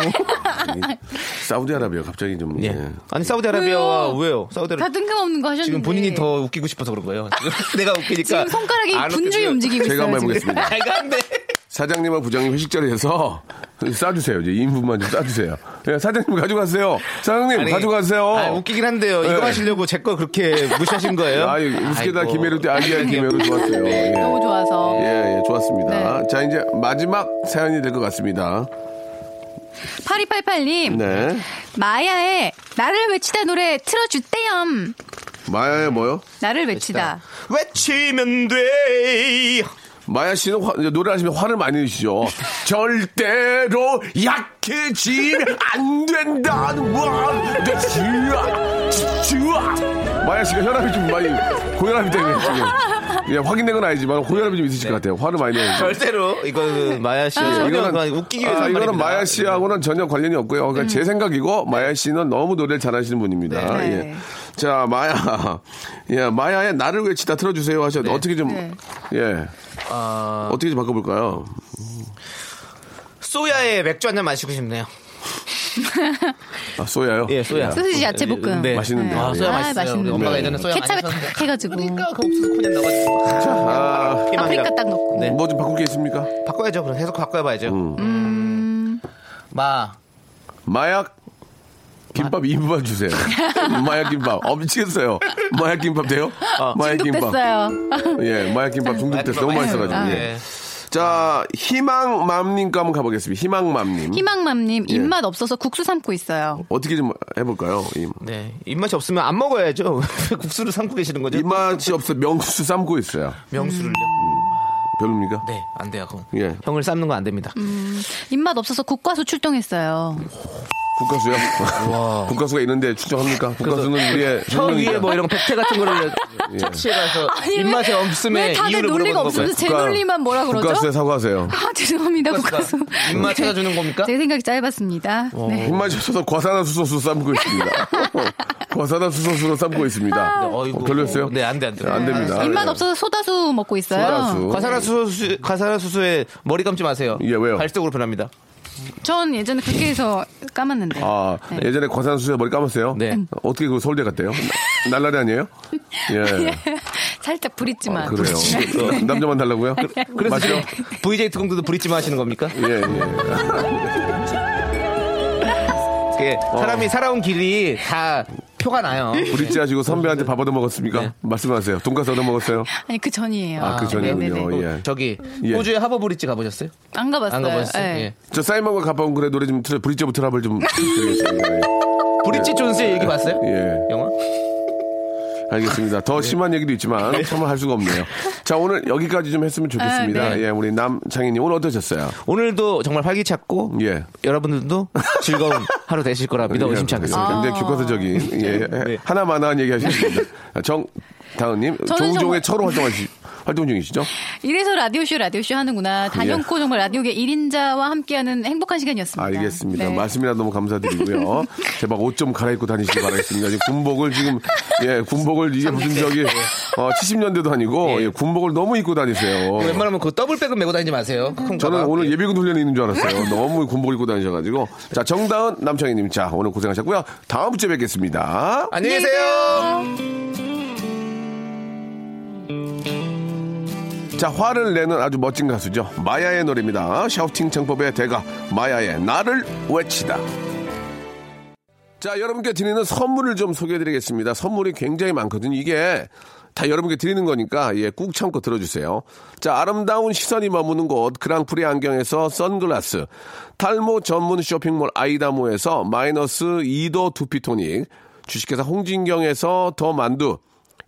Speaker 2: 사우디아라비아 갑자기 좀.
Speaker 3: 예.
Speaker 2: 예.
Speaker 3: 아니 사우디아라비아와
Speaker 4: 왜요?
Speaker 3: 왜요? 사우디아라
Speaker 4: 그 다 뜬금없는 거 하셨는데
Speaker 3: 지금 본인이 더 웃기고 싶어서 그런 거예요. *laughs* 내가 웃기니까
Speaker 4: 지금 손가락이
Speaker 3: 그러니까 안
Speaker 4: 분주히
Speaker 3: 웃겨서. *laughs*
Speaker 4: 움직이고 있어요.
Speaker 2: 제가 한번
Speaker 4: 지금.
Speaker 2: 해보겠습니다.
Speaker 3: 내가 안 돼.
Speaker 2: 사장님과 부장님 회식 자리에서 싸주세요. 이제 인분만 좀 싸주세요. 예, 사장님 가져가세요. 사장님
Speaker 3: 아니,
Speaker 2: 가져가세요.
Speaker 3: 아, 웃기긴 한데요.
Speaker 2: 네.
Speaker 3: 이거 하시려고 제 거 그렇게 *laughs* 무시하신 거예요?
Speaker 2: 아, 우스케다
Speaker 3: 아이고. 네,
Speaker 2: 김혜루 때 아기야 김혜루 좋았어요. 예.
Speaker 4: 너무 좋아서
Speaker 2: 예, 예, 좋았습니다.
Speaker 4: 네.
Speaker 2: 자, 이제 마지막 사연이 될 것 같습니다.
Speaker 3: 예.
Speaker 4: 8288님
Speaker 2: 네.
Speaker 4: 마야의 나를 외치다 노래 틀어주대염
Speaker 2: 마야의 뭐요?
Speaker 4: 나를
Speaker 3: 네,
Speaker 4: 외치다
Speaker 3: 외치면 돼.
Speaker 2: 마야 씨는 화- 이제 노래하시면 화를 많이
Speaker 3: *laughs*
Speaker 2: 내시죠. 절대로 약해지면 안 된다는 말. 내 지와, 지와. 마야 씨가 혈압이 좀 많이, 고혈압이 때문에 지금. 예, 확인된 건 아니지만 고혈압이 좀 있으실 것 같아요. 화를 많이 내시죠.
Speaker 3: 절대로 이거는 그 마야 씨 전혀 그냥 웃기기 위해서
Speaker 2: 아,
Speaker 3: 한
Speaker 2: 이거는
Speaker 3: 말입니다. 네. 음.
Speaker 2: 마야 씨하고는 전혀 관련이 없고요. 그러니까 제 생각이고 마야 씨는 너무 노래를 잘하시는 분입니다.
Speaker 4: 네.
Speaker 2: 예. 자 마야, 예 마야의 나를 외치다 틀어주세요 하셨는데 어떻게 좀
Speaker 4: 네.
Speaker 2: 예.
Speaker 3: 아,
Speaker 2: 어떻게 좀 바꿔볼까요?
Speaker 3: 소야의 맥주 한 잔 마시고 싶네요.
Speaker 2: 아, 소야요?
Speaker 3: 예, 소야.
Speaker 4: 소시지 야채 볶음.
Speaker 3: 네.
Speaker 2: 맛있는데.
Speaker 3: 아, 소야
Speaker 4: 아,
Speaker 3: 맛있어요. 우리
Speaker 4: 맛있는데.
Speaker 3: 엄마가 예전에 소야 많이
Speaker 4: 케찹에 탁
Speaker 3: 썼는데.
Speaker 4: 해가지고
Speaker 3: 그러니까 그 옥수수 그냥 넣어가지고.
Speaker 2: 아,
Speaker 4: 파프리카 딱 넣고.
Speaker 3: 네.
Speaker 2: 뭐 좀 바꿀 게 있습니까?
Speaker 3: 바꿔야죠. 그럼 계속 바꿔봐야죠.
Speaker 2: 음.
Speaker 3: 마.
Speaker 2: 마약 김밥 이 2인분 주세요. 마약 김밥. 어, 미치겠어요. 마약 김밥 돼요? 마약
Speaker 4: 중독됐어요.
Speaker 3: 음?
Speaker 2: 예, 마약 김밥 중독됐어. 너무 맛있어가지고. 예.
Speaker 3: 예.
Speaker 2: 자, 희망맘님과 한번 가보겠습니다. 희망맘님.
Speaker 4: 희망맘님
Speaker 2: 예.
Speaker 4: 입맛 없어서 국수 삶고 있어요.
Speaker 2: 어떻게 좀 해볼까요? 이-
Speaker 3: 네. 입맛이 없으면 안 먹어야죠. *laughs* 국수를 삼고 계시는 거죠?
Speaker 2: 입맛이 없어 명수 삶고 있어요.
Speaker 3: 명수를요?
Speaker 2: 별로입니까?
Speaker 3: 네, 안 돼요. 그건.
Speaker 2: 예.
Speaker 3: 형을 삶는 건 안 됩니다.
Speaker 4: 음. 입맛 없어서 국과수 출동했어요.
Speaker 2: *laughs* 국가수요? 국가수가 있는데 추정합니까? 국가수는 우리의
Speaker 3: 혀 위에
Speaker 2: 생명이니까.
Speaker 3: 뭐 이런 백태 같은
Speaker 2: *laughs*
Speaker 3: 거를
Speaker 2: 예.
Speaker 3: 착시해가서 입맛이
Speaker 4: 아, 왜
Speaker 3: 없음에
Speaker 4: 다들
Speaker 3: 이유를 물어보는
Speaker 4: 논리가
Speaker 3: 거고요.
Speaker 4: 없으면서 제
Speaker 2: 국가-
Speaker 4: 논리만 뭐라 그러죠?
Speaker 2: 국가수에 사과하세요.
Speaker 4: 아 죄송합니다 국과수. 네.
Speaker 3: 국과수가
Speaker 4: *laughs*
Speaker 3: 입맛 찾아주는 겁니까?
Speaker 4: 제 생각이 짧았습니다. 네.
Speaker 2: 입맛이 없어서 과산화수소수 삶고
Speaker 3: *laughs*
Speaker 2: 있습니다. 과산화수소수로 삶고 있습니다.
Speaker 3: 어이구.
Speaker 2: 어, 별로였어요?
Speaker 3: 네, 안 돼, 안 돼.
Speaker 2: 안 됩니다.
Speaker 4: 입맛
Speaker 3: 네.
Speaker 2: 예.
Speaker 4: 없어서 소다수 먹고 있어요.
Speaker 2: 소다수.
Speaker 3: 과산화수소, 과산화수소에 머리 감지 마세요.
Speaker 2: 음. 예, 왜요?
Speaker 3: 갈색으로 변합니다.
Speaker 4: 전 예전에 그렇게 해서 까봤는데.
Speaker 2: 아,
Speaker 4: 네.
Speaker 2: 예전에 과산수소에 머리 감았어요?
Speaker 3: 네.
Speaker 2: 어떻게 그 서울대 갔대요? 나- 날라리
Speaker 3: *laughs*
Speaker 2: 아니에요? 예.
Speaker 4: 살짝
Speaker 2: 아,
Speaker 4: 부릿지만.
Speaker 2: 그래요. 남자만 달라고요?
Speaker 3: 네. 그래서 네.
Speaker 2: 맞죠?
Speaker 3: 지금 VJ 특공대도 브릿지만 하시는 겁니까?
Speaker 2: 예, 예.
Speaker 3: 이게 사람이 살아온 길이 다 표가 나요.
Speaker 2: 어. 브릿지 하시고 선배한테 밥 얻어 먹었습니까?
Speaker 3: 네.
Speaker 2: 말씀하세요. 돈가스 얻어 먹었어요?
Speaker 4: *laughs* 아니 그 전이에요.
Speaker 2: 아, 그 전이군요.
Speaker 4: 네네네.
Speaker 2: 어, 예.
Speaker 3: 저기
Speaker 2: 예.
Speaker 3: 호주의 하버 브릿지 가보셨어요?
Speaker 4: 안 가봤어요.
Speaker 3: 안 가보셨어요?
Speaker 4: 예.
Speaker 3: 예.
Speaker 2: 저 사이먼과 가빠온 그래 노래 좀 틀어, 브릿지 오브 트러블 좀 드리겠습니다.
Speaker 3: 브릿지 존스의 얘기 봤어요?
Speaker 2: 예.
Speaker 3: 영화?
Speaker 2: 알겠습니다. 더
Speaker 3: 네.
Speaker 2: 심한 얘기도 있지만 참을 할 수가 없네요. 자, 오늘 여기까지 좀 했으면 좋겠습니다.
Speaker 3: 아, 네.
Speaker 2: 예, 우리 남창희님 오늘 어떠셨어요?
Speaker 3: 오늘도 정말 활기찼고
Speaker 2: 예.
Speaker 3: 여러분들도 *laughs* 즐거운 하루 되실 거라 믿어 의심치 않겠습니다.
Speaker 2: 예,
Speaker 4: 아.
Speaker 2: 굉장히 교과서적인 예,
Speaker 3: 네.
Speaker 2: 하나만한 얘기 하셨습니다. 정다은님
Speaker 4: 저는
Speaker 2: 조우종의
Speaker 4: 정말- 네.
Speaker 2: 처로 활동하시 활동 중이시죠?
Speaker 4: 이래서 라디오쇼 라디오쇼
Speaker 2: 예.
Speaker 4: 하는구나. 단연코 정말 라디오계 1인자와 함께하는 행복한 시간이었습니다.
Speaker 2: 알겠습니다.
Speaker 4: 네.
Speaker 2: 말씀이라 너무 감사드리고요. 제발 옷 좀 갈아입고 다니시기 바라겠습니다. 지금 군복을 지금 예 군복을 이게 무슨 저기 어, 70년대도 아니고
Speaker 3: 예.
Speaker 2: 예, 군복을 너무 입고 다니세요.
Speaker 3: 웬만하면 그 더블백은 메고 다니지 네. 마세요. 큰
Speaker 2: 저는
Speaker 3: 가방.
Speaker 2: 오늘 예비군 훈련이 있는 줄 알았어요. 너무 군복을 입고 다니셔가지고 자 정다은 남창희님 자 오늘 고생하셨고요. 다음 주에 뵙겠습니다.
Speaker 3: 안녕히 계세요.
Speaker 2: 자 화를 내는 아주 멋진 가수죠 마야의 노래입니다 샤우팅 창법의 대가 마야의 나를 외치다 자 여러분께 드리는 선물을 좀 소개해드리겠습니다 선물이 굉장히 많거든요 이게 다 여러분께 드리는 거니까 예 꾹 참고 들어주세요 자 아름다운 시선이 머무는 곳 그랑프리 안경에서 선글라스 탈모 전문 쇼핑몰 아이다모에서 마이너스 2도 두피토닉 주식회사 홍진경에서 더 만두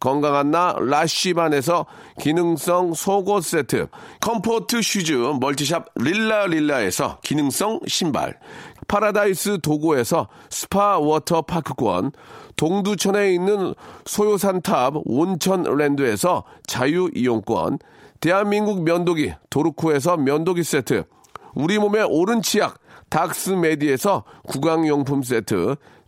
Speaker 2: 건강한 나 라쉬반에서 기능성 속옷 세트, 컴포트 슈즈 멀티샵 릴라릴라에서 기능성 신발, 파라다이스 도고에서 스파 워터 파크권, 동두천에 있는 소요산탑 온천랜드에서 자유 이용권, 대한민국 면도기 도르코에서 면도기 세트 우리 몸의 오른 치약 닥스메디에서 구강용품 세트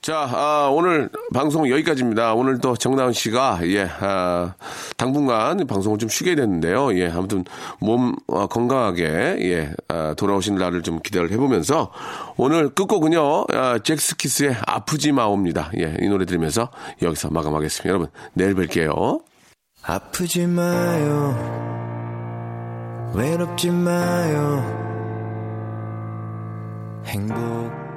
Speaker 2: 자, 아, 오늘 방송 여기까지입니다. 오늘 또 정다은 씨가, 예, 아, 당분간 방송을 좀 쉬게 됐는데요. 예, 아무튼 몸 어, 건강하게, 예, 아, 돌아오신 날을 좀 기대를 해보면서 오늘 끝곡은요, 아, 잭스키스의 아프지 마옵니다. 예, 이 노래 들으면서 여기서 마감하겠습니다. 여러분, 내일 뵐게요.
Speaker 6: 아프지 마요 외롭지 마요 행복